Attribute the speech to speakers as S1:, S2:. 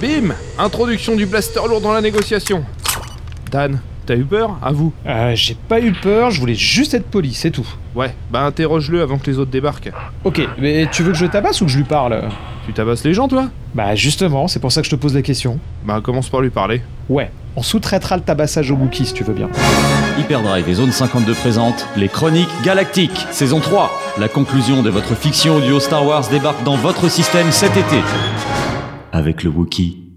S1: Bim Introduction du blaster lourd dans la négociation. Dan, t'as eu peur À vous.
S2: Euh, j'ai pas eu peur, je voulais juste être poli, c'est tout.
S1: Ouais, bah interroge-le avant que les autres débarquent.
S2: Ok, mais tu veux que je tabasse ou que je lui parle
S1: Tu tabasses les gens, toi
S2: Bah justement, c'est pour ça que je te pose la question.
S1: Bah commence par lui parler.
S2: Ouais, on sous-traitera le tabassage au Wookie si tu veux bien.
S3: Hyperdrive et Zone 52 présentent les Chroniques Galactiques, saison 3. La conclusion de votre fiction audio Star Wars débarque dans votre système cet été. Avec le Wookiee